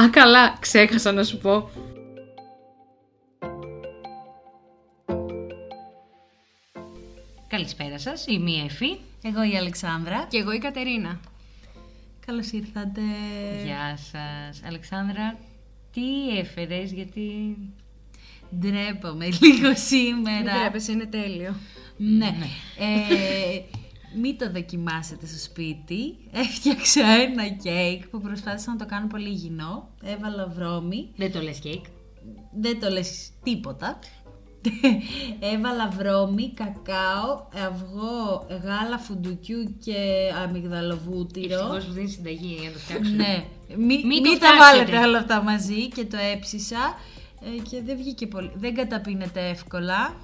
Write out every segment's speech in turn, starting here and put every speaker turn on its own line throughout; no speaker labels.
Α, καλά, ξέχασα να σου πω.
Καλησπέρα σας, η μία Εφή.
Εγώ η Αλεξάνδρα.
Και εγώ η Κατερίνα.
Καλώς ήρθατε.
Γεια σας. Αλεξάνδρα, τι έφερες, γιατί...
Ντρέπομαι λίγο
Μην
σήμερα.
τρέπεσαι, είναι τέλειο.
ναι. ε, μην το δοκιμάσετε στο σπίτι. Έφτιαξα ένα κέικ που προσπάθησα να το κάνω πολύ υγιεινό. Έβαλα βρώμη.
Δεν το λες κέικ.
δεν το λες τίποτα. Έβαλα βρώμη, κακάο, αυγό, γάλα φουντουκιού και αμυγδαλοβούτυρο.
Ευτυχώς που δίνει συνταγή για να το φτιάξουμε.
ναι, μη,
Μην
μη
το
τα
φτιάξετε.
βάλετε όλα αυτά μαζί και το έψισα ε, και δεν βγήκε πολύ. Δεν καταπίνεται εύκολα.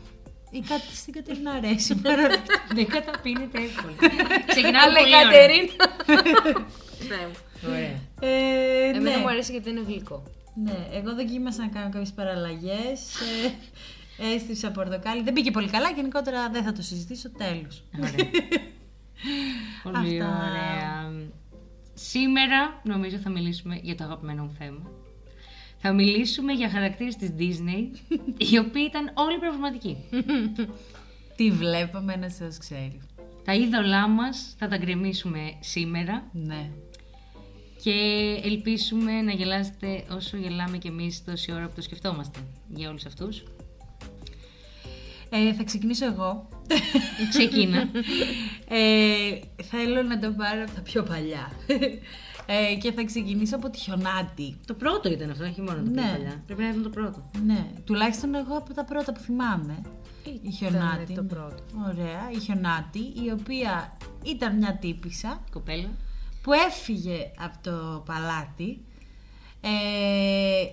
Ή κάτι στην Κατερίνα αρέσει παρόλα αυτά.
Δεν καταπίνεται εύκολα. Ξεκινάμε
Αλλά η
πολύ ωραία.
Κατερίνα. Ναι, μου.
Ωραία.
Ε, ναι.
Εμένα μου αρέσει γιατί είναι γλυκό.
ναι, εγώ δοκίμασα να κάνω κάποιες παραλλαγές. Ε, έστυψα πορτοκάλι. Δεν πήγε πολύ καλά. Γενικότερα δεν θα το συζητήσω. Τέλος.
Ωραία. Πολύ
Αυτά.
ωραία. Σήμερα νομίζω θα μιλήσουμε για το αγαπημένο μου θέμα. Θα μιλήσουμε για χαρακτήρες της Disney, οι οποίοι ήταν όλοι προβληματικοί.
Τι βλέπαμε, ένα Θεό ξέρει.
τα είδωλά μας θα τα γκρεμίσουμε σήμερα
Ναι.
και ελπίσουμε να γελάσετε όσο γελάμε κι εμείς τόση ώρα που το σκεφτόμαστε για όλους αυτούς.
Ε, θα ξεκινήσω εγώ.
Ξεκίνα.
Ε, θέλω να το πάρω από τα πιο παλιά. Ε, και θα ξεκινήσω από τη χιονάτη.
το πρώτο ήταν αυτό, όχι μόνο το
Ναι.
πιο παλιά. Πρέπει να ήταν το πρώτο.
Ναι, τουλάχιστον εγώ από τα πρώτα που θυμάμαι. Η χιονάτη.
το πρώτο.
Ωραία, η χιονάτη, η οποία ήταν μια τύπησα
Κοπέλα.
που έφυγε από το παλάτι, ε,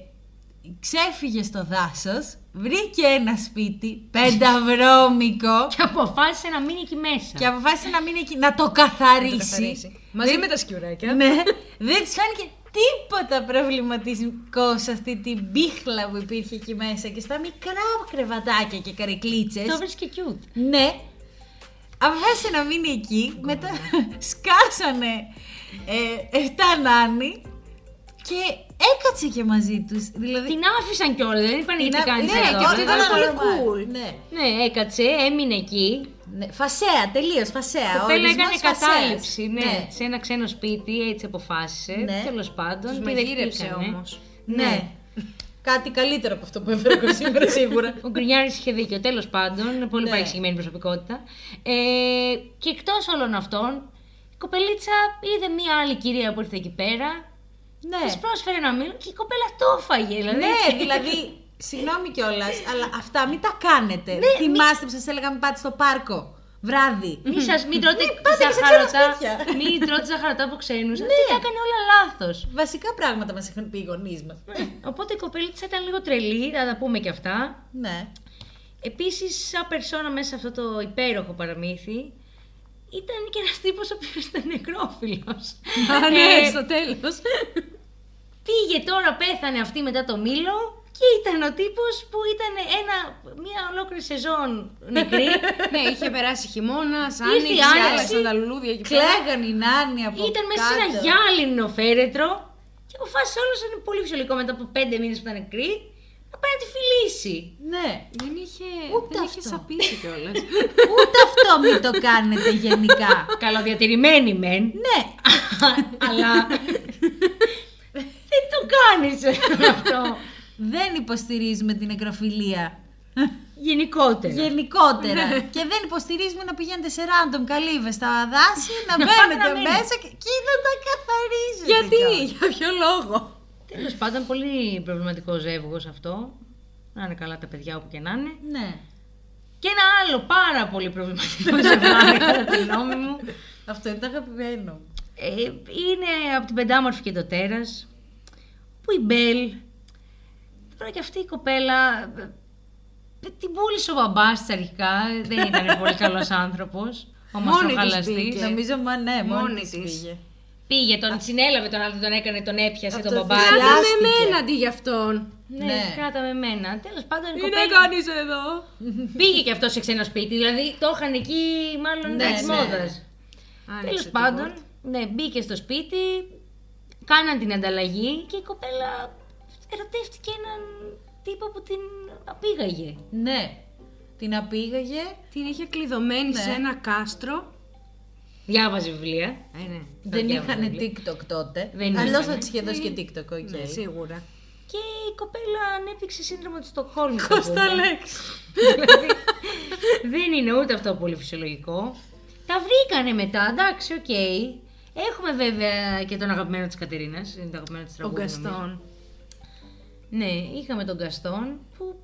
ξέφυγε στο δάσος, βρήκε ένα σπίτι πενταβρώμικο
Και αποφάσισε να μείνει εκεί μέσα.
Και αποφάσισε να μείνει εκεί, να το καθαρίσει.
Μαζί με τα σκιουράκια.
Ναι. Δεν της φάνηκε τίποτα προβληματικό σε αυτή την πίχλα που υπήρχε εκεί μέσα και στα μικρά κρεβατάκια και καρικλίτσε.
Το βρίσκε cute.
Ναι. Αποφάσισε να μείνει εκεί. Μετά σκάσανε ε, 7 νάνοι και έκατσε και μαζί τους. Δηλαδή.
Την άφησαν κιόλας, δεν είπαν γιατί κάνεις
ναι,
εδώ. Ε,
και αυτό
ήταν πολύ
normal.
cool.
Ναι.
Ναι, έκατσε, έμεινε εκεί.
Ναι, φασέα, τελείως φασέα.
Κοπέλα
ορισμός
έκανε
φασέας.
κατάληψη ναι, σε ένα ξένο σπίτι, έτσι αποφάσισε.
Ναι.
Τέλος πάντων.
Τους
τη
μαγείρεψε
δεχτήκανε.
όμως.
Ναι. Κάτι καλύτερο από αυτό που έφερα εγώ σήμερα σίγουρα.
Ο Γκρινιάρης είχε δίκιο, τέλος πάντων. Πολύ
Ναι.
παρεξηγημένη προσωπικότητα. Ε, και εκτός όλων αυτών, η κοπελίτσα είδε μία άλλη κυρία που ήρθε εκεί πέρα.
ναι.
Της πρόσφερε ένα μήνυμα και η κοπέλα το έφαγε. Δηλαδή.
ναι, δηλαδή. Συγγνώμη κιόλας, αλλά αυτά μην τα κάνετε.
Ναι,
Θυμάστε που σας έλεγα μην πάτε στο πάρκο βράδυ.
Μη σας, μην τρώτε
Μην Ναι, πάτε και σε ξένα
ζαχαρωτά,
σπίτια. Ναι.
μην τρώτε ζαχαρωτά από ξένους. Αυτή τα έκανε όλα λάθος.
Βασικά πράγματα μας έχουν πει οι γονείς μας.
Οπότε η κοπελίτσα ήταν λίγο τρελή, θα τα πούμε και αυτά.
ναι.
Επίσης, σαν περσόνα μέσα σε αυτό το υπέροχο παραμύθι, ήταν και ένας τύπος ο οποίος ήταν νεκρόφιλος.
Α, ναι,
Ε,
στο τέλος.
πήγε τώρα, πέθανε αυτή μετά το Μήλο και ήταν ο τύπος που ήταν ένα, μια ολόκληρη σεζόν νεκρή.
ναι, είχε περάσει χειμώνα,
Ήρθε η
άνοιξε,
άνοιξη.
άλλαξαν τα λουλούδια εκεί πέρα.
Κλαίγαν οι νάνοι από
ήταν μέσα σε ένα
κάτω.
γυάλινο φέρετρο και αποφάσισε όλος να είναι πολύ φυσιολογικό μετά από πέντε μήνες που ήταν νεκρή να πάει να τη φιλήσει.
Ναι.
Δεν είχε,
Ούτε
δεν είχε
αυτό.
σαπίσει κιόλας.
Ούτε αυτό μην το κάνετε γενικά.
Καλοδιατηρημένη μεν,
ναι.
αλλά δεν το κάνεις αυτό.
Δεν υποστηρίζουμε την νεκροφιλία.
Γενικότερα.
Γενικότερα. Ναι. και δεν υποστηρίζουμε να πηγαίνετε σε random καλύβε στα δάση, να μπαίνετε
μείνετε.
μέσα και, και να τα καθαρίζετε.
γιατί,
κιόλας.
για ποιο λόγο.
Τέλος πάντων, πολύ προβληματικός ζεύγος αυτό. Να είναι καλά τα παιδιά όπου και να είναι.
Ναι.
Και ένα άλλο πάρα πολύ προβληματικό ζευγάρι, κατά τη γνώμη μου.
Αυτό είναι το αγαπημένο μου.
Ε, είναι από την πεντάμορφη και το τέρας. Που η Μπέλ. Τώρα και αυτή η κοπέλα. ε, Την πούλησε ο μπαμπάς της αρχικά. Δεν ήταν πολύ καλός άνθρωπος. Όμως
Μόνη
ο
της
χαλαστής.
μπήκε.
Νομίζω μα ναι, μόνη,
Μόνη
της
της.
πήγε.
Πήγε, τον συνέλαβε τον άλλο, τον έκανε, τον έπιασε
Αυτό
τον μπαμπά.
φυσικά.
της.
Κάτα
Χρειάστηκε.
με εμένα αντί για αυτόν.
Ναι,
Ναι.
κράτα με εμένα. Τέλος πάντων, η
Τι
κοπέλα.
να κάνεις εδώ.
Πήγε και αυτός σε ξένο σπίτι, δηλαδή το είχαν εκεί μάλλον
Ναι,
ναι, τη
ναι.
μόδα. Τέλο πάντων, ναι, μπήκε στο σπίτι, Κάναν την ανταλλαγή και η κοπέλα ερωτεύτηκε έναν τύπο που την απήγαγε.
Ναι. Την απήγαγε.
Την είχε κλειδωμένη σε ένα κάστρο.
Διάβαζε βιβλία.
Ε, ναι.
Δεν
διάβαζα
είχαν
πολύ.
TikTok τότε.
Δεν
Αλλά
είχανε.
θα της είχε δώσει και TikTok, οκ.
Ναι, σίγουρα.
Και η κοπέλα ανέπτυξε σύνδρομο του Στοκχόλμης. θα
Κώστα
πούμε.
λέξη.
Δηλαδή, δεν είναι ούτε αυτό πολύ φυσιολογικό. Τα βρήκανε μετά, εντάξει, οκ. Έχουμε βέβαια και τον αγαπημένο της Κατερίνας, είναι το αγαπημένο της
Ο
τραγούδι. νομίζω.
Γκαστόν.
Ναι, είχαμε τον Γκαστόν που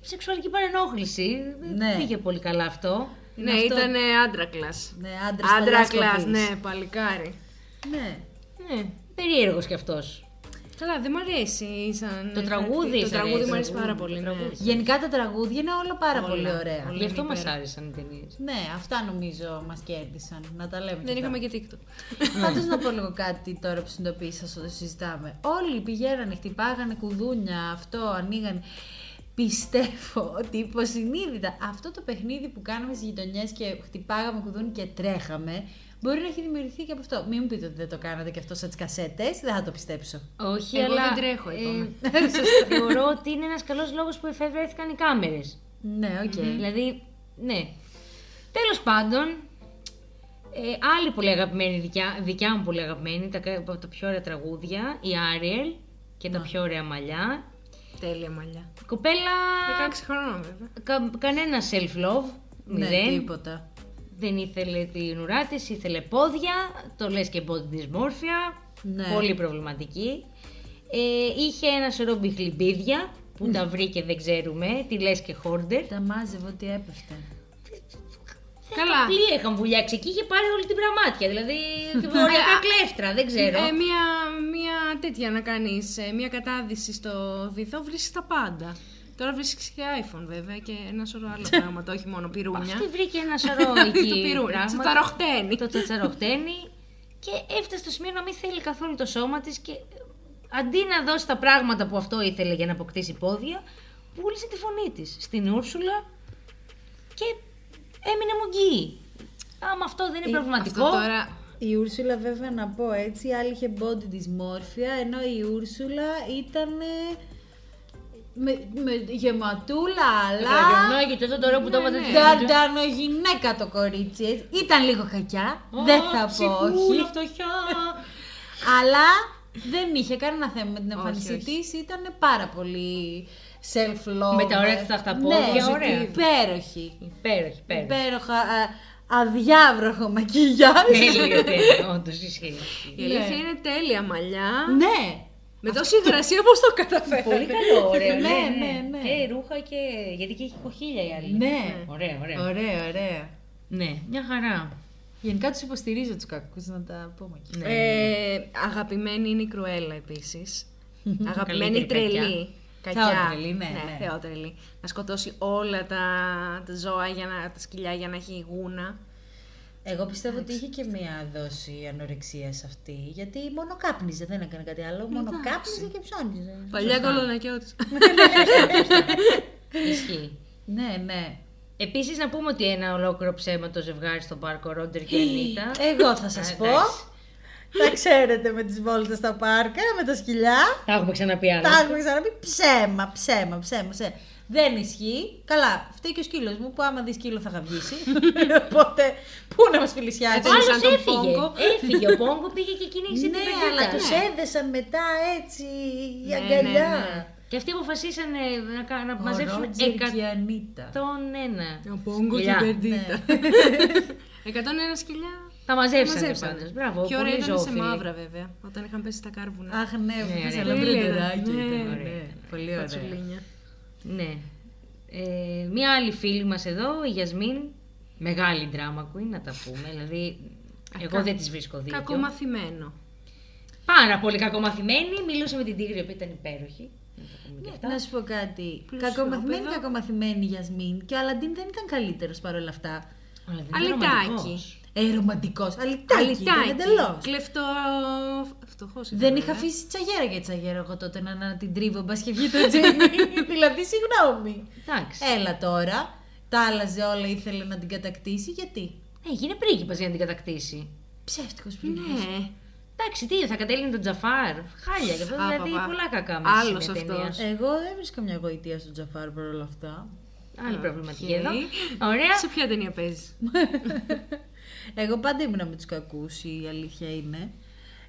σεξουαλική παρενόχληση.
Ναι.
Δεν πήγε πολύ καλά αυτό.
Ναι,
αυτό.
ήταν άντρακλας.
Ναι, άντρας
Άντρακλα, ναι, παλικάρι.
Ναι.
Ναι, περίεργος κι αυτός.
Καλά, δεν μ' αρέσει σαν.
Το τραγούδι
Το
σ'
τραγούδι
αρέσει.
μου αρέσει πάρα πολύ. ναι.
Γενικά τα τραγούδια είναι όλα πάρα
Όλα.
πολύ ωραία.
Όλα.
Γι' αυτό
είναι
μας
υπέρα.
άρεσαν οι ταινίες.
Ναι, αυτά νομίζω μας κέρδισαν. Να τα λέμε.
Δεν είχαμε και TikTok.
Πάντως να πω λίγο κάτι τώρα που συνειδητοποίησα όσο το συζητάμε. Όλοι πηγαίνανε, χτυπάγανε κουδούνια, αυτό, ανοίγανε. Πιστεύω ότι υποσυνείδητα αυτό το παιχνίδι που κάναμε στις γειτονιές και χτυπάγαμε κουδούνι και τρέχαμε, μπορεί να έχει δημιουργηθεί και από αυτό. Μην μου πείτε ότι δεν το κάνατε και αυτό σαν τις κασέτες, δεν θα το πιστέψω.
Όχι,
Εγώ
αλλά.
δεν τρέχω, είπαμε.
ε, θεωρώ ότι είναι ένας καλός λόγος που εφεύρεθηκαν οι κάμερες.
Ναι, οκ.
Δηλαδή, ναι. Τέλος πάντων, ε, άλλη πολύ αγαπημένη, δικιά, δικιά μου πολύ αγαπημένη, τα, κα- από τα πιο ωραία τραγούδια, η Άριελ και τα πιο ωραία μαλλιά.
Τέλεια μαλλιά.
Η Κοπέλα,
16 χρονών βέβαια.
κα, κανένα self-love,
Ναι,
μηδέν.
τίποτα.
δεν ήθελε την ουρά της, ήθελε πόδια, το λες και body dysmorphia,
Ναι.
πολύ προβληματική. Ε, είχε ένα σωρό μπιχλιμπίδια που τα βρήκε δεν ξέρουμε, τη λες και χόρντερ.
Τα μάζευε ό,τι έπεφτε.
Καλά.
Απλή είχαν βουλιάξει εκεί, είχε πάρει όλη την πραμάτια. Δηλαδή, ωραία κλέφτρα, δεν ξέρω.
Ε, μία, μία τέτοια να κάνεις, μία κατάδυση στο βυθό, βρίσκεις τα πάντα. Τώρα βρίσκεις και iPhone βέβαια και ένα σωρό άλλα πράγματα, όχι μόνο πυρούνια.
Αυτή βρήκε ένα σωρό εκεί.
το πυρούνι,
πράγματα.
τσιταροχταίνει.
Το τσατσαροχταίνει. Και έφτασε στο σημείο να μην θέλει καθόλου το σώμα της και αντί να δώσει τα πράγματα που αυτό ήθελε για να αποκτήσει πόδια, πούλησε τη φωνή της στην Ούρσουλα και έμεινε μουγγύη. Άμα αυτό δεν είναι προβληματικό.
Ε, Αυτό τώρα
Η Ούρσουλα βέβαια να πω έτσι, η άλλη είχε body dysmorphia, ενώ η Ούρσουλα ήταν με, με γεματούλα, αλλά
Καταγιονόγητο, εδώ τώρα που το
ναι.
έβαζε.
γαντανογυναίκα το κορίτσι. έτσι. Ήταν λίγο κακιά, δεν θα πω όχι. Αλλά δεν είχε κανένα θέμα με την εμφάνισή
όχι.
της, ήταν πάρα πολύ self-love.
Με τα ωραία της τα χταπόδια,
ναι,
ωραία.
υπέροχη.
Υπέροχη, υπέροχη.
Υπέροχα, α, αδιάβροχο μακιγιάζ.
Τέλειο, τέλειο, όντως ισχύει.
η
Ναι.
αλήθεια είναι τέλεια μαλλιά.
ναι,
Με τόση υγρασία πώ το
Πολύ
Ε,
καταφέρει.
καλό, ωραίο. ναι,
Ναι, ναι,
ναι,
ναι.
Και ρούχα και. Γιατί και έχει κοχύλια η άλλη.
Ναι.
Ωραία, ωραία.
Ωραία, ωραία.
Ναι, μια χαρά.
Γενικά τους υποστηρίζω τους κακούς, να τα πούμε και.
Ναι.
Ε, αγαπημένη είναι η Κρουέλα επίσης. αγαπημένη η
Καλύτερη
τρελή.
κακιά. Θεότρελη, ναι, ναι.
θεότρελη. Να σκοτώσει όλα τα, τα ζώα, για να, τα σκυλιά για να έχει γούνα.
Εγώ πιστεύω ότι είχε και μία δόση ανορεξίας αυτή. Γιατί μόνο κάπνιζε, δεν έκανε κάτι άλλο. Μόνο κάπνιζε και ψώνιζε.
Παλιά κολονακιώτη.
Ισχύει.
Ναι, ναι.
Επίσης, να πούμε ότι ένα ολόκληρο ψέμα το ζευγάρι στον πάρκο Ρόντερ
Ε,
και Ανίτα.
Εγώ θα σας
Α,
πω.
εντάξει.
Τα ξέρετε με τις βόλτες στα πάρκα, με τα σκυλιά.
Τα έχουμε ξαναπεί άλλα.
Τα έχουμε ξαναπεί. Ψέμα, ψέμα, ψέμα, ψέμα. Δεν ισχύει. Καλά, φταίει και ο σκύλος μου που άμα δεις σκύλο θα γαυγίσει. Οπότε, πού να μας
Ο
φιλησιάζει.
Έτσι, σαν
άλλος
τον
έφυγε.
Πόγκο.
Ε,
Έφυγε. Ο Πόγκο πήγε και κυνήγησε
Ναι,
την
αλλά
πεντέτα.
τους έδεσαν μετά έτσι η
Ναι,
αγκαλιά.
ναι, ναι.
Και αυτοί αποφασίσανε να, κα- να
Ο
μαζέψουν
Ρότζερ και η Ανίτα.
101.
Ο Πόγκο και
Σκυλιά.
η Μπερντίτα. 101 Ναι. σκυλιά.
Τα μαζέψανε
Μαζέψανε.
πάντως. Μπράβο,
Και ωραία
πολύ
ήταν σε
ζώφιλοι.
μαύρα βέβαια, όταν είχαν πέσει τα κάρβουνα.
Αχ, ναι, που
ναι,
ναι, αλλά
ναι.
μπρεντεράκι
Ναι,
ήταν,
ναι.
ναι. Πολύ
Τα
ωραία.
τσουλίνια.
Ναι. Ε, μία άλλη φίλη μας εδώ, η Γιασμίν, μεγάλη drama queen, να τα πούμε. Δηλαδή, εγώ δεν τις βρίσκω δίκιο.
Κακομαθημένο.
Πάρα πολύ κακομαθημένη. Μιλούσε με την Τίγρη, η οποία ήταν υπέροχη. Να τα πούμε
Ναι,
και αυτά.
ναι. Να σου πω κάτι.
Πλούσιο
Κακομαθημένη,
παιδό.
κακομαθημένη Γιασμίν και ο Αλαντίν δεν ήταν καλύτερος παρόλα αυτά.
Αλλά δεν είναι
Αλυτάκι.
ρομαντικός.
Ε, ρομαντικό. Αλυτάκι, ήταν
Αλυτάκι.
εντελώς.
Κλεφτό. Φτωχός.
Δεν
Ναι.
είχα αφήσει τσαγέρα για τσαγέρα εγώ τότε να, να την τρίβω μπας και βγει το Τζέιμι. δηλαδή, συγγνώμη.
Ε.
Εντάξει.
Έλα τώρα. Τα άλλαζε όλα, ήθελε
Ε,
να την κατακτήσει. Γιατί.
Έγινε πρίγκιπας για να την κατακτήσει.
Ψεύτικος πριν.
Ναι.
Εντάξει, τι, θα κατέληνε τον Τζαφάρ. Χάλια, γι' αυτό
Α,
δηλαδή
παπά.
πολλά κακά
Άλλος
μέσα στην
αυτός.
ταινίας.
Εγώ δεν βρίσκω μια γοητεία στον Τζαφάρ παρόλα αυτά.
Άλλη προβληματική
Ε, Οκ.
εδώ. Ωραία.
Σε ποια ταινία παίζεις.
Εγώ πάντα ήμουνα με τους κακούς, η αλήθεια είναι.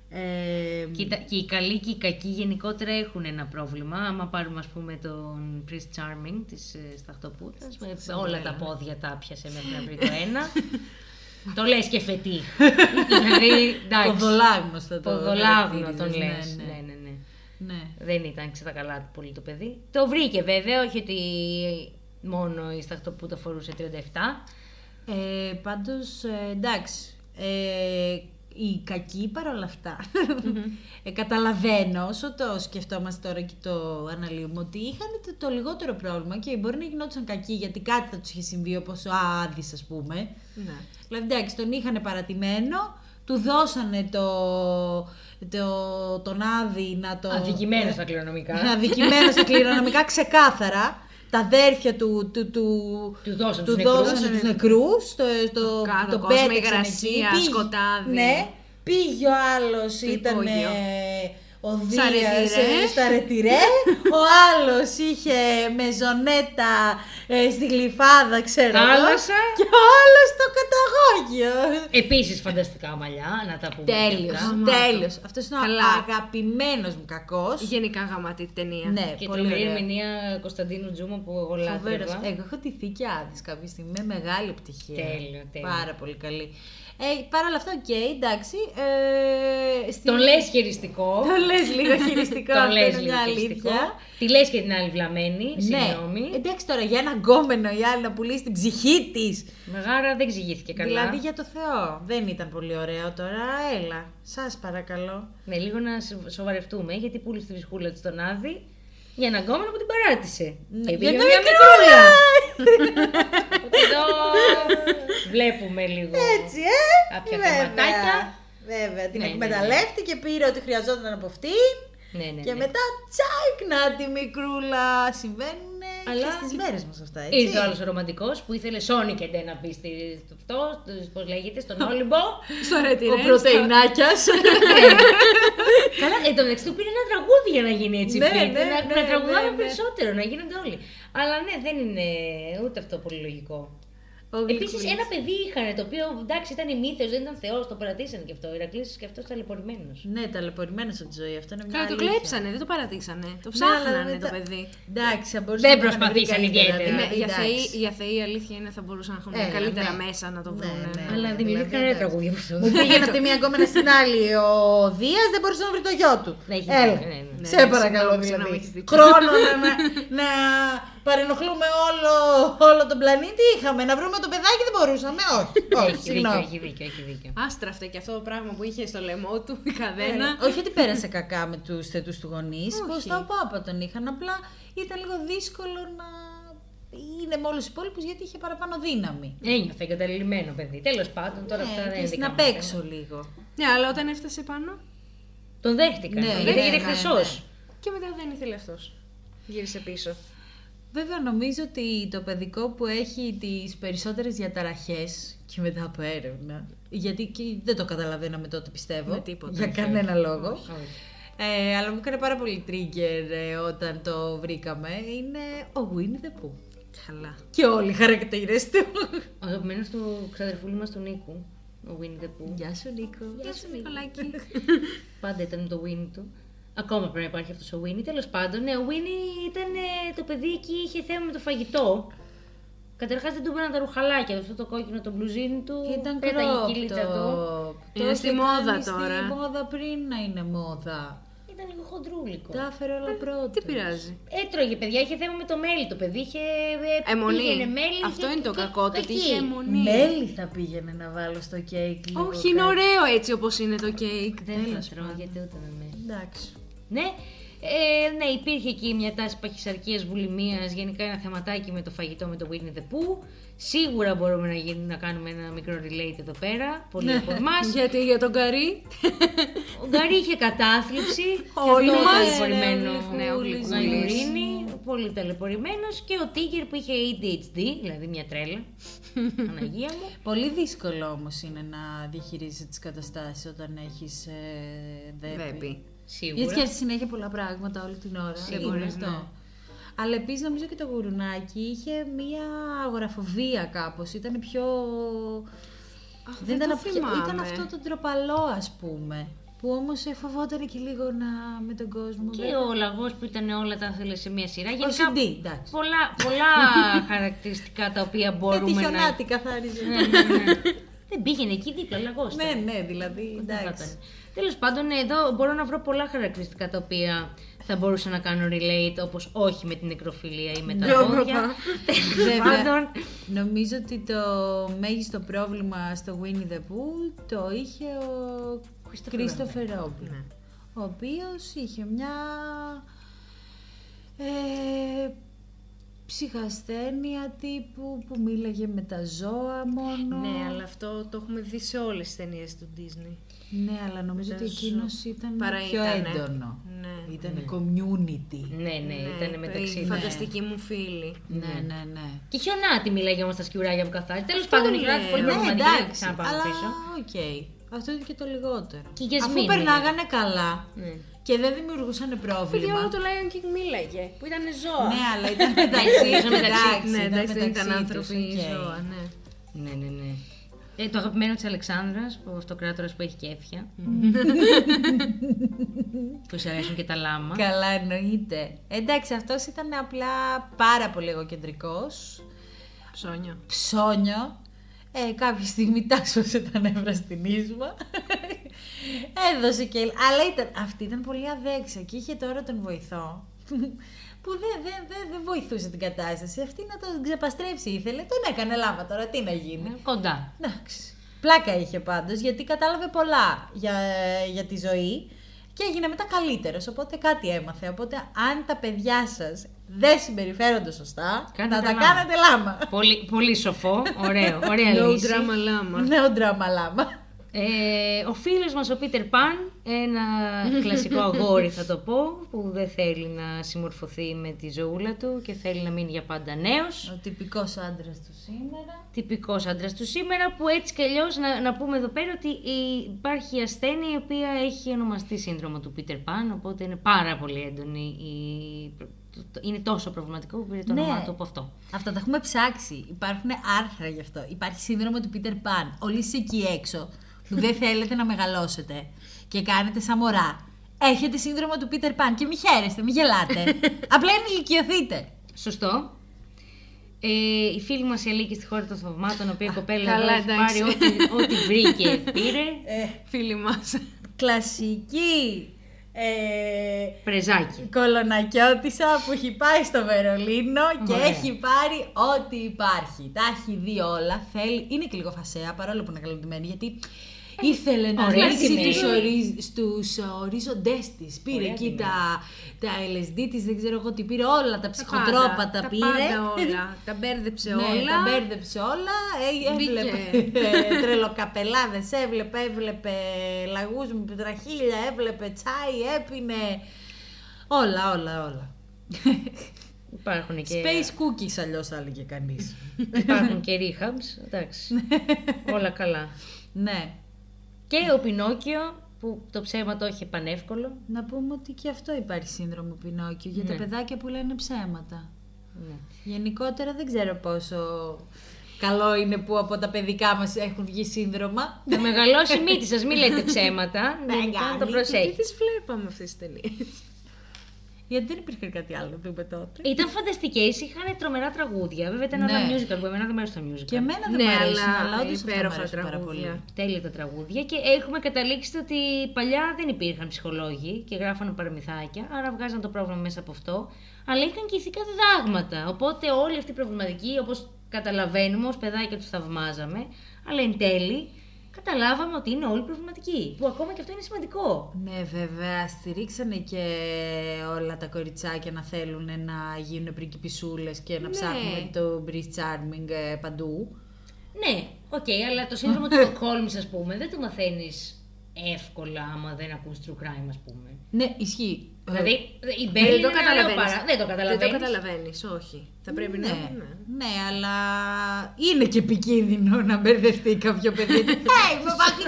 Ε,
Κοίτα, και οι καλοί και οι κακοί γενικότερα έχουν ένα πρόβλημα. Άμα πάρουμε, ας πούμε, τον Prince Charming της ε, Σταχτοπούτας, με όλα τα πόδια τα πιάσε μέχρι να βρει το ένα. το λες και φετί. δηλαδή, εντάξει.
Ποδολάγνος θα το
Ποδολάβνο τον
χαρακτήριζες,
λες.
ναι,
Ναι, ναι,
ναι.
ναι.
Ναι.
Δεν ήταν ξεκαλά του πολύ το παιδί. Το βρήκε βέβαια, όχι ότι μόνο η Σταχτοπούτα φορούσε 37.
Ε, πάντως, ε, εντάξει, ε, οι κακοί παρόλα αυτά, ε, καταλαβαίνω όσο το σκεφτόμαστε τώρα και το αναλύουμε, ότι είχαν το, το λιγότερο πρόβλημα και μπορεί να γινόντουσαν κακοί γιατί κάτι θα τους είχε συμβεί όπως ο Άδης ας πούμε.
Ναι.
Δηλαδή εντάξει, τον είχαν παρατημένο, του δώσανε το, το, τον Άδη να το... Ε,
Αδικημένο στα κληρονομικά.
Αδικημένος στα κληρονομικά ξεκάθαρα. Τα αδέρφια του, του, του,
Του δώσαν
του
τους νεκρούς.
δώσανε τους νεκρούς, το, το,
Κάτω,
το
κόσμο,
πέταξαν
υγρασία,
εκεί. Πήγε-
σκοτάδι.
Ναι, πήγε ο άλλος,
Το
ήταν ε,
υπόγειο.
ο Δίας
Στα ρετυρέ.
ε, στα ρετυρέ. ο άλλος είχε μεζονέτα ε, στη γλυφάδα, ξέρω εγώ.
Θάλασσα.
Και ο άλλος το καταγόγιο.
Επίσης φανταστικά μαλλιά, να τα πούμε. και
Τέλειος,
αυτά.
Γαμάτο.
τέλειος. Αυτός είναι
Καλά.
ο αγαπημένος μου κακός.
Γενικά γαμάτη ταινία.
Ναι,
Και
πολύ
τρομερή
ωραία.
ερμηνεία Κωνσταντίνου Τζούμα που εγώ
Φοβερός. Ε,
λάτρευα.
Εγώ έχω τη θήκη άδει κάποια στιγμή με μεγάλη πτυχία.
Τέλειο, τέλειο.
Πάρα πολύ καλή. Ε, Παρ' όλα αυτά, οκ, εντάξει. Ε, στη-
Τον λες χειριστικό.
Το λες λίγο χειριστικό.
Τον
αυτό
λες
είναι
λίγο
μια
χειριστικό.
αλήθεια.
Τη λες και την άλλη βλαμένη,
Ναι.
συγγνώμη.
Εντάξει τώρα, για ένα γκόμενο η άλλη να πουλήσει την ψυχή της.
Μεγάρα δεν ξηγήθηκε καλά.
Δηλαδή για το Θεό. Δεν ήταν πολύ ωραίο τώρα. Έλα. Σας παρακαλώ.
Ναι, λίγο να σο- σοβαρευτούμε, γιατί πούλησε τη βρισκούλα τη στον Άδη για έναν κόμμα που την παράτησε.
Ναι,
Και
για
πήγε
το
Ε, μια μικρούλα. Οπότε εδώ βλέπουμε λίγο.
Έτσι, ε!
Κάποια
βέβαια.
θεματάκια.
Βέβαια, την
Ναι, ναι, ναι.
εκμεταλλεύτηκε, πήρε ό,τι χρειαζόταν από αυτήν.
Ναι, ναι,
Και
ναι.
μετά τσάικ να τη μικρούλα. Συμβαίνουν
Αλλά-
και στις μέρες μας αυτά, έτσι.
Ήρθε ο άλλος ρομαντικός που ήθελε Sonic and να πει στη- στο αυτό, πώς λέγεται, στον Όλυμπο.
Στο ρετυρέ.
Ο πρωτεϊνάκιας.
Καλά, εν τω μεταξύ του πήρε ένα τραγούδι για να γίνει έτσι
Ναι,
fit,
ναι,
να,
ναι,
να
ναι,
τραγουδάμε
ναι.
περισσότερο, να γίνονται όλοι. Αλλά ναι, δεν είναι ούτε αυτό πολύ λογικό. Επίση, ένα παιδί είχαν το οποίο εντάξει ήταν ημίθεο, δεν ήταν θεός, το παρατήσαν και αυτό. Ο Ηρακλής και αυτός ταλαιπωρημένος.
Ναι, ταλαιπωρημένος από τη ζωή, αυτό είναι μια
Καλά, το
Ναι, αλήθεια.
κλέψανε, δεν το παρατήξανε. Το
Ναι, αλλά
ψάχνανε
μετά-
το παιδί.
Εντάξει, θα μπορούσε
Δεν
να το είχαν βρει
προσπαθήσαν
καλύτερα,
ιδιαίτερα.
Ναι,
δηλαδή,
για,
εντάξει.
θεοί, για θεοί η αλήθεια είναι θα μπορούσαν να έχουν
Έλα,
καλύτερα
ναι.
μέσα να το
Ναι,
βρουν.
ναι.
Αλλά
δηλαδή,
δημιουργήθηκαν ένα
εντάξει.
τραγούδι από αυτό.
Μου πήγαινε από τη μία κόμμενα στην άλλη ο Δίας, δεν μπορούσε να βρει το γιο του.
Ναι, έχει
Έλα,
δίκιο, ναι, ναι.
Ναι,
σε
ναι,
παρακαλώ
συγγνώμη, συγγνώμη, έχεις
δηλαδή.
δίκιο.
Χρόνο να, να, να παρενοχλούμε όλο, όλο τον πλανήτη είχαμε. Να βρούμε το παιδάκι δεν μπορούσαμε. Όχι, όχι,
Έχει δίκιο,
συγγνώμη.
έχει δίκιο, έχει δίκιο.
Άστραφτε και αυτό το πράγμα που είχε στο λαιμό του η καδένα.
Όχι ότι πέρασε κακά με τους θετού του γονείς. Πώ τα πάπα τον είχαν. Απλά ήταν λίγο δύσκολο να είναι με όλους τους υπόλοιπους γιατί είχε παραπάνω δύναμη.
Ένιωθε εγκαταλειμμένο παιδί. Τέλος πάντων, τώρα αυτά
Ναι,
δεν
και
είναι.
να παίξω λίγο.
Ναι, αλλά όταν έφτασε πάνω
Τον δέχτηκαν.
Ναι,
γιατί
ναι,
είναι
ναι,
χρυσός.
και μετά δεν ήθελε αυτός. Γύρισε πίσω.
Βέβαια νομίζω ότι το παιδικό που έχει τις περισσότερες διαταραχές και μετά από έρευνα, γιατί και δεν το καταλαβαίναμε τότε πιστεύω,
Με τίποτα,
για
όχι,
κανένα λόγο, ε, αλλά μου έκανε πάρα πολύ trigger ε, όταν το βρήκαμε, είναι ο Winnie the Pooh.
Καλά.
Και όλοι οι χαρακτήρες του.
Ο αγαπημένος του ξαδερφούλη μας του Νίκου, ο Winnie the Pooh.
Γεια σου Νίκο.
Γεια σου, Νικολάκη.
Πάντα ήταν το Winnie του. Ακόμα πρέπει να υπάρχει αυτός ο Winnie. Τέλος πάντων, ναι, ο Winnie ήταν ε, το παιδί εκεί, είχε θέμα με το φαγητό. Καταρχάς δεν του έπαιρναν τα ρουχαλάκια, αυτό το κόκκινο το μπλουζίνι του.
Ήταν
πέταγε η κυλίτσα του.
κρόπτο.
Είναι στη μόδα τώρα.
Στη μόδα πριν να είναι μόδα.
Ήταν λίγο χοντρούλικο.
Τα έφερε όλα πρώτα.
Τι πειράζει.
Έτρωγε, παιδιά, είχε θέμα με το μέλι το παιδί. Είχε. ε,
Αιμονή.
πήγαινε μέλι.
Αυτό
είχε-
είναι το
και-
κακό του, ότι
εκεί.
είχε αιμονή.
Μέλι θα πήγαινε να βάλω στο κέικ λίγο.
Όχι, είναι
κάτι.
ωραίο έτσι όπως είναι το κέικ.
Δεν θα τρώγεται ούτε με μέλι.
Εντάξει.
Ναι. Ε, ναι, υπήρχε εκεί μια τάση παχυσαρκίας, βουλημίας, γενικά ένα θεματάκι με το φαγητό με το Winnie the Pooh. Σίγουρα μπορούμε να, γίνουμε, να κάνουμε ένα μικρό relate εδώ πέρα, πολλοί
Ναι.
από εμάς.
Γιατί για τον Καρύ.
Ο Γκαρί είχε κατάθλιψη.
Όλοι
και αυτό
μας.
ήταν
Ναι,
περιμένω
ο Γλυκούλης
ναι, ο Γλυκούλης.
μας.
Γαϊουρίνη, πολύ ταλαιπωρημένος και ο Τίγκερ που είχε ADHD, δηλαδή μια τρέλα. Αναγία μου.
Πολύ δύσκολο όμως είναι να διαχειρίζεσαι τις καταστάσεις όταν έχεις ε, δέπη.
Δέπει.
Σίγουρα.
Γιατί σκέφτεσαι συνέχεια πολλά πράγματα όλη την ώρα.
Σίγουρα,
Είναι
ναι.
αυτό. Αλλά επίσης νομίζω και το γουρουνάκι είχε μία αγοραφοβία κάπως. Ήταν πιο.
Αχ, δεν το
απο-
θυμάμαι.
ήταν αυτό το ντροπαλό, ας πούμε. Που όμως φοβόταν και λίγο να με τον κόσμο.
Και ο λαγός που ήταν όλα τα θέλει σε μια σειρά.
Ο
Γενικά
CD, εντάξει.
πολλά, πολλά χαρακτηριστικά τα οποία
Και τη
μπορούμε να. Ναι,
χιονάτη καθάριζε.
Δεν πήγαινε εκεί δίπλα λαγό.
ναι, ναι, δηλαδή. Εντάξει.
Τέλος πάντων, εδώ μπορώ να βρω πολλά χαρακτηριστικά τα οποία θα μπορούσα να κάνω relate, όπως όχι με την νεκροφιλία ή με τα πόδια. Τέλος
Βέβαια.
πάντων.
Νομίζω ότι το μέγιστο πρόβλημα στο Winnie the Pooh το είχε ο Κρίστοφερ Ρόμπιν.
Ναι.
Ο οποίος είχε μια ε, ψυχασθένεια τύπου που μίλαγε με τα ζώα μόνο.
Ναι, αλλά αυτό το έχουμε δει σε όλες τις ταινίες του Disney.
Ναι, αλλά νομίζω ότι εκείνος ήταν
Παρά
πιο
ήτανε.
έντονο.
Ναι.
Ήτανε community.
Ναι, ναι, ήταν μεταξύ.
Η
ναι.
φανταστική μου φίλη.
Ναι, ναι, ναι.
Και χιονάτη μιλάει όμως τα σκιουράκια που καθάζει. Τέλο πάντων, η Γράτη πολύ
λέω.
Ναι,
πραγματική. δεν
εντάξει,
ξαναπάμε
αλλά
πίσω.
οκ. Αυτό είναι και το λιγότερο.
Και η Γιασμίν
Αφού
είναι.
περνάγανε καλά
Ναι.
και δεν δημιουργούσαν
Παιδιά,
πρόβλημα.
όλο το Lion King μίλαγε, που ήταν ζώα.
Ναι, αλλά ήταν μεταξύ
Ήταν μεταξύ-
εντάξει,
ναι, εντάξει, δεν ήταν
μεταξύ
άνθρωποι
τους, οκ.
ζώα, ναι.
Ναι, ναι, ναι. Ε, το αγαπημένο της Αλεξάνδρας, ο αυτοκράτορας που έχει και έφια. που σε αρέσουν και τα λάμα.
Καλά, εννοείται. Εντάξει, αυτός ήταν απλά πάρα πολύ εγωκεντρικός.
Ψώνια.
ψώνιο. Ε, κάποια στιγμή τάσπασε τα νεύρα στην ίσμα. Έδωσε και... Αλλά ήταν... αυτή ήταν πολύ αδέξια και είχε τώρα τον βοηθό που δεν δε, δε, δε βοηθούσε την κατάσταση. Αυτή να τον ξεπαστρέψει ήθελε. Τον έκανε λάβα τώρα, τι να γίνει.
Ε, Κοντά.
Εντάξει. Πλάκα είχε πάντως γιατί κατάλαβε πολλά για, για τη ζωή και έγινε μετά καλύτερος, οπότε κάτι έμαθε. Οπότε αν τα παιδιά σας δεν συμπεριφέρονται σωστά,
Κάντε
να
τα
τα
λάμα.
κάνετε λάμα.
πολύ, πολύ σοφό. Ωραίο. Ωραία
No
λύση.
drama lama.
Ναι, ο ντράμα λάμα.
Ε, ο φίλος μας ο Πίτερ Παν, ένα κλασικό αγόρι θα το πω, που δεν θέλει να συμμορφωθεί με τη ζωούλα του και θέλει να μείνει για πάντα νέος.
Ο τυπικός άντρας του σήμερα.
Τυπικός άντρας του σήμερα που έτσι κι αλλιώς να, να πούμε εδώ πέρα ότι η- υπάρχει ασθένεια η οποία έχει ονομαστεί σύνδρομο του Πίτερ Παν οπότε είναι πάρα πολύ έντονη η... το- είναι τόσο προβληματικό που πήρε το
Ναι.
όνομά του από αυτό.
Αυτά τα έχουμε ψάξει. Υπάρχουν άρθρα γι' αυτό. Υπάρχει σύνδρομο του Πίτερ Παν. Όλοι εσείς εκεί έξω που δεν θέλετε να μεγαλώσετε και κάνετε σαμορά. Έχετε σύνδρομο του Πίτερ Παν και μη χαίρεστε, μη γελάτε. Απλά ενηλικιωθείτε.
Σωστό. Ε, η φίλη μας η Αλίκη στη χώρα των θαυμάτων, η οποία η κοπέλα
καλά,
εδώ έχει
εντάξει.
πάρει ό,τι, ό,τι βρήκε πήρε.
Φίλοι μα.
Ε, Κλασική ε,
Πρεζάκι.
κολονακιώτησα που έχει πάει στο Βερολίνο και
Ωραία.
έχει πάρει ό,τι υπάρχει. Τα έχει δει όλα. Θέλει... Είναι και λίγο φασέα παρόλο που είναι καλοντημένη γιατί ήθελε να
ωραία
ρίξει
τιμή.
τους, ορίζ... στους ορίζοντές της. Πήρε
Ωραία
εκεί
τιμή.
τα, τα LSD της, δεν ξέρω εγώ τι πήρε, όλα τα
πάντα,
ψυχοτρόπα τα,
τα
πήρε.
πάντα όλα. Τα μπέρδεψε
Ναι,
όλα.
τα μπέρδεψε όλα. Ε,
Μπήκε.
Έβλεπε ε, τρελοκαπελάδες, έβλεπε, έβλεπε λαγούς με πετραχίλια, έβλεπε τσάι, έπινε. Όλα, όλα, όλα.
Υπάρχουν και,
Space cookies αλλιώς θα έλεγε κανείς.
υπάρχουν και rehabs. Εντάξει. Όλα καλά.
ναι.
Και ο Πινόκιο που το ψέμα το είχε πανεύκολο.
Να πούμε ότι και αυτό υπάρχει σύνδρομο Πινόκιο για τα
Ναι.
παιδάκια που λένε ψέματα.
Ναι.
Γενικότερα δεν ξέρω πόσο καλό είναι που από τα παιδικά μας έχουν βγει σύνδρομα.
Θα μεγαλώσει η μύτη σας, μην λέτε ψέματα.
Ναι,
Γενικά να το
Γιάννη,
Τι
προσέχει.
τις βλέπαμε αυτές τις ταινίες.
Γιατί δεν υπήρχε κάτι άλλο να πούμε τότε.
Ήταν φανταστικέ, είχαν τρομερά τραγούδια. Βέβαια ήταν ένα
Ναι.
musical που εμένα δεν μου αρέσει το musical.
Και εμένα δεν
Ναι,
μου αρέσουν,
αλλά
αλλά, όντως αυτά μου
υπέροχα
αρέσουν πάρα
τραγούδια.
πολύ.
Τέλεια τα τραγούδια και έχουμε καταλήξει στο ότι παλιά δεν υπήρχαν ψυχολόγοι και γράφανε παραμυθάκια, άρα βγάζαν το πρόβλημα μέσα από αυτό. Αλλά είχαν και ηθικά διδάγματα. Οπότε όλη αυτή η προβληματική, όπως καταλαβαίνουμε, ως παιδάκια τους θαυμάζαμε, αλλά εν τέλει καταλάβαμε ότι είναι όλοι προβληματικοί. Που ακόμα και αυτό είναι σημαντικό.
Ναι, βέβαια, στηρίξανε και όλα τα κοριτσάκια να θέλουν να γίνουν πριγκιπισούλες και να
Ναι.
ψάχνουν το Prince Charming ε, παντού.
Ναι, οκ, αλλά το σύνδρομο του Στοκόλμη, ας πούμε, δεν το μαθαίνεις εύκολα άμα δεν ακούς true crime, ας πούμε.
Ναι, ισχύει.
Δηλαδή, η Μπέλ
Ε, Δεν το
είναι ένα άλλο παρά...
καταλαβαίνει.
Δεν το καταλαβαίνεις.
Δεν το καταλαβαίνεις, όχι. Θα πρέπει να.
ναι,
ναι.
ναι, αλλά είναι και επικίνδυνο να μπερδευτεί κάποιο παιδί. Hey, με παγάκι,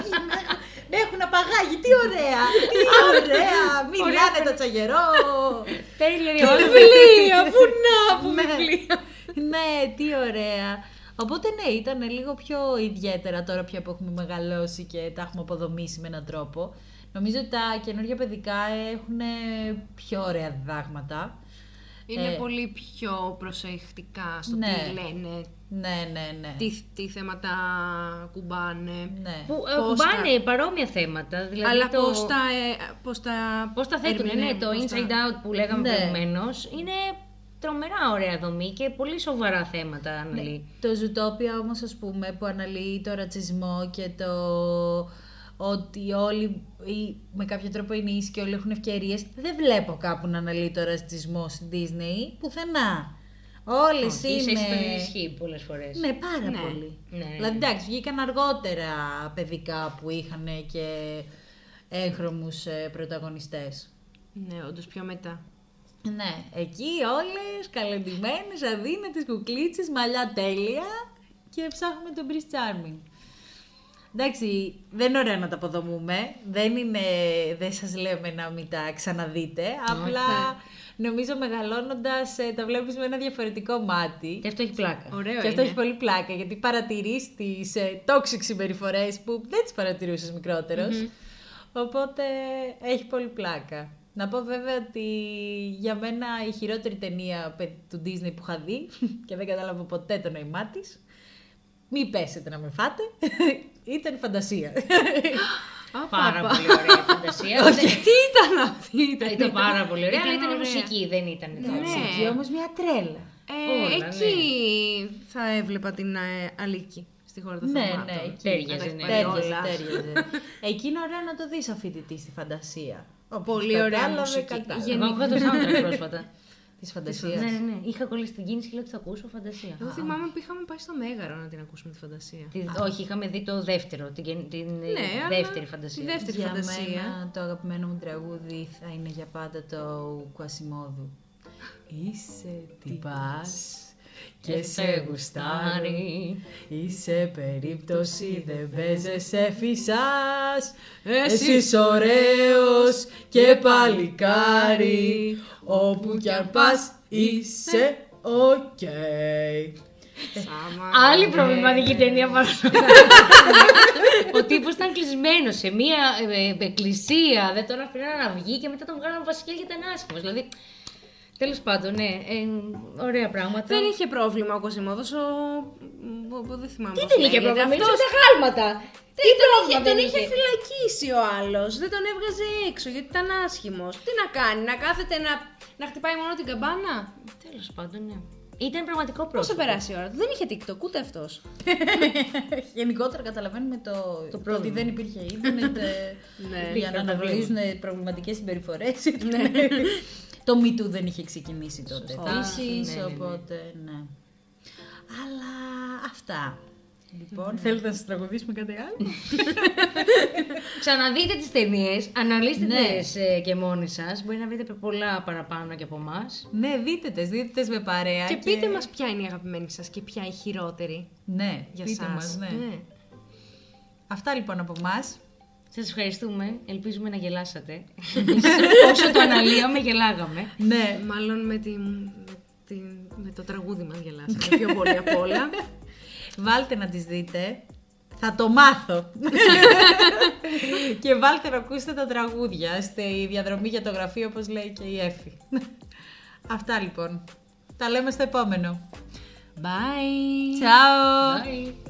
έχουν απαγάγει, τι ωραία, τι ωραία, μην λάνε το τσαγερό.
Τέλειο, η ώρα.
Βιβλία, βουνά από βιβλία. Ναι, τι ωραία. Οπότε ναι, ήταν λίγο πιο ιδιαίτερα τώρα πια που έχουμε μεγαλώσει και τα έχουμε αποδομήσει με έναν τρόπο. Νομίζω ότι τα καινούργια παιδικά έχουν πιο ωραία διδάγματα.
Είναι
Ε,
πολύ πιο προσεκτικά στο
ναι.
τι λένε,
Ναι, ναι, ναι.
τι, τι θέματα κουμπάνε.
Ναι.
Που
Πώς
ακουμπάνε ε, παρόμοια θέματα. Δηλαδή
Αλλά
το...
πώς τα, ε, πώς τα...
Πώς τα θέτουν,
ερμηνεύουν,
ναι, το
πώς τα-
inside out που λέγαμε
Ναι.
προηγουμένως είναι τρομερά ωραία δομή και πολύ σοβαρά θέματα
Ναι.
αναλύει.
Το Zootopia όμως ας πούμε που αναλύει το ρατσισμό και το ότι όλοι ή με κάποιο τρόπο είναι ίσοι και όλοι έχουν ευκαιρίες δεν βλέπω κάπου να αναλύει το ρατσισμό στην Disney πουθενά. Όλες
Όχι,
είναι...
ίσα- ίσα τον ενισχύει πολλές φορές.
Ναι, πάρα
Ναι.
πολύ.
Ναι, ναι, ναι.
Δηλαδή, εντάξει, βγήκαν αργότερα παιδικά που είχαν και έγχρωμους ε, πρωταγωνιστές.
Ναι, όντως πιο μετά.
Ναι, εκεί όλες καλεντημένες, αδύνατες κουκλίτσες, μαλλιά τέλεια και ψάχνουμε τον Prince Charming. Εντάξει, δεν είναι ωραίο να τα αποδομούμε, δεν, είναι, δεν σας λέμε να μην τα ξαναδείτε, απλά νομίζω μεγαλώνοντας ε, τα βλέπεις με ένα διαφορετικό μάτι.
Και αυτό έχει πλάκα.
Ωραίο
και αυτό
είναι.
έχει πολύ πλάκα, γιατί παρατηρείς τις ε, toxic συμπεριφορές που δεν τις παρατηρούσες μικρότερος. Οπότε έχει πολύ πλάκα. Να πω βέβαια ότι για μένα η χειρότερη ταινία παι- του Disney που είχα δει και δεν κατάλαβα ποτέ το νόημά της. Μη πέσετε να με φάτε. Ήταν φαντασία.
Α,
Πάρα
πάπα.
πολύ ωραία η φαντασία.
Τι ήταν αυτή η
Δεν-
ταινία?
Ήταν πάρα πολύ ωραία, αλλά ήταν
ωραία.
μουσική, δεν ήταν το.
Ναι.
Εκεί όμως μια τρέλα.
Ε,
Όλα,
εκεί θα έβλεπα την ε, Αλίκη στη χώρα των
Ναι,
θαυμάτων.
ναι, εκεί.
Τέριαζε,
Τα έχει
ναι.
πάρει
Τέριαζε,
όλα.
τέριαζε. Εκεί είναι ωραίο να το δεις αφιτητή στη φαντασία. Όποιος
Πολύ ωραία
κατάλαβε,
μουσική.
κατάλαβε.
Γενικά.
Εγώ άκουγα το soundtrack πρόσφατα.
Της
ναι,
φαντασίας.
ναι, ναι. Είχα κολλήσει την κίνηση και λέω ότι θα ακούσω φαντασία.
Εγώ θυμάμαι που είχαμε πάει στο Μέγαρο να την ακούσουμε τη φαντασία.
Τη- Όχι, είχαμε δει το δεύτερο, την, κεν- την ε,
Ναι, αλλά
δεύτερη
τη
φαντασία.
δεύτερη.
Για
φαντασία.
μένα το αγαπημένο μου τραγούδι θα είναι για πάντα το Κουασιμόδου. Είσαι τι πας και σε γουστάρει Είσαι περίπτωση δεν παίζεσαι φυσάς Εσύ ωραίος και παλικάρι Όπου κι αν πας είσαι οκ
Σάμα.
Άλλη
Ε.
προβληματική ταινία παρόλα. Ο τύπος ήταν κλεισμένος σε μία ε, ε, εκκλησία. Δεν τον αφήνανε να βγει και μετά τον βγάλανε βασιλιά και ήταν άσχημος. Δηλαδή. Τέλος πάντων, ναι, ε, ωραία πράγματα.
Δεν είχε πρόβλημα ο Κοσιμόδος, ο... ο- ο- Δεν θυμάμαι
Τι
πώς
δεν είχε
λέγεται.
πρόβλημα,
Αυτός
ήταν τα χάλματα. Τι πρόβλημα
Τον
δεν
είχε
είχε.
φυλακίσει ο άλλος. Δεν τον έβγαζε έξω γιατί ήταν άσχημος. Τι να κάνει, να κάθεται να, να χτυπάει μόνο την καμπάνα.
Τέλος πάντων, ναι. Ήταν πραγματικό
Πώς θα
πρόσωπο.
περάσει η ώρα του. Δεν είχε TikTok ούτε αυτός.
Γενικότερα καταλαβαίνουμε το, το, ότι
πρόβλημα.
δεν υπήρχε ίντερνετ ε,
Ναι,
για να αναγνωρίζουν προβληματικές συμπεριφορές. το Me Too δεν είχε ξεκινήσει τότε επίσης,
Ναι, ναι, ναι.
οπότε ναι. Αλλά αυτά. Λοιπόν, θέλετε να σας τραγουδήσουμε κάτι άλλο.
Ξαναδείτε τις ταινίες, αναλύστε
Ναι.
τις, ε, και μόνοι σας. Μπορεί να βρείτε πολλά παραπάνω και από εμάς.
ναι, δείτε τες, δείτε τες με παρέα.
Και πείτε μας ποια είναι η αγαπημένη σας και ποια η χειρότερη
Ναι,
για
πείτε
σας.
μας, ναι. Αυτά λοιπόν από εμάς.
Σας ευχαριστούμε. Ελπίζουμε να γελάσατε. Όσο το αναλύαμε, γελάγαμε.
Ναι.
Ε, Μάλλον με, τη, με, τη- με το τραγούδι μας γελάσατε πιο πολύ απ' όλα.
Βάλτε να τις δείτε. Θα το μάθω. και βάλτε να ακούσετε τα τραγούδια στη διαδρομή για το γραφείο, όπως λέει και η Εφη. Αυτά λοιπόν. Τα λέμε στο επόμενο.
Bye!
Τσάο!
Bye.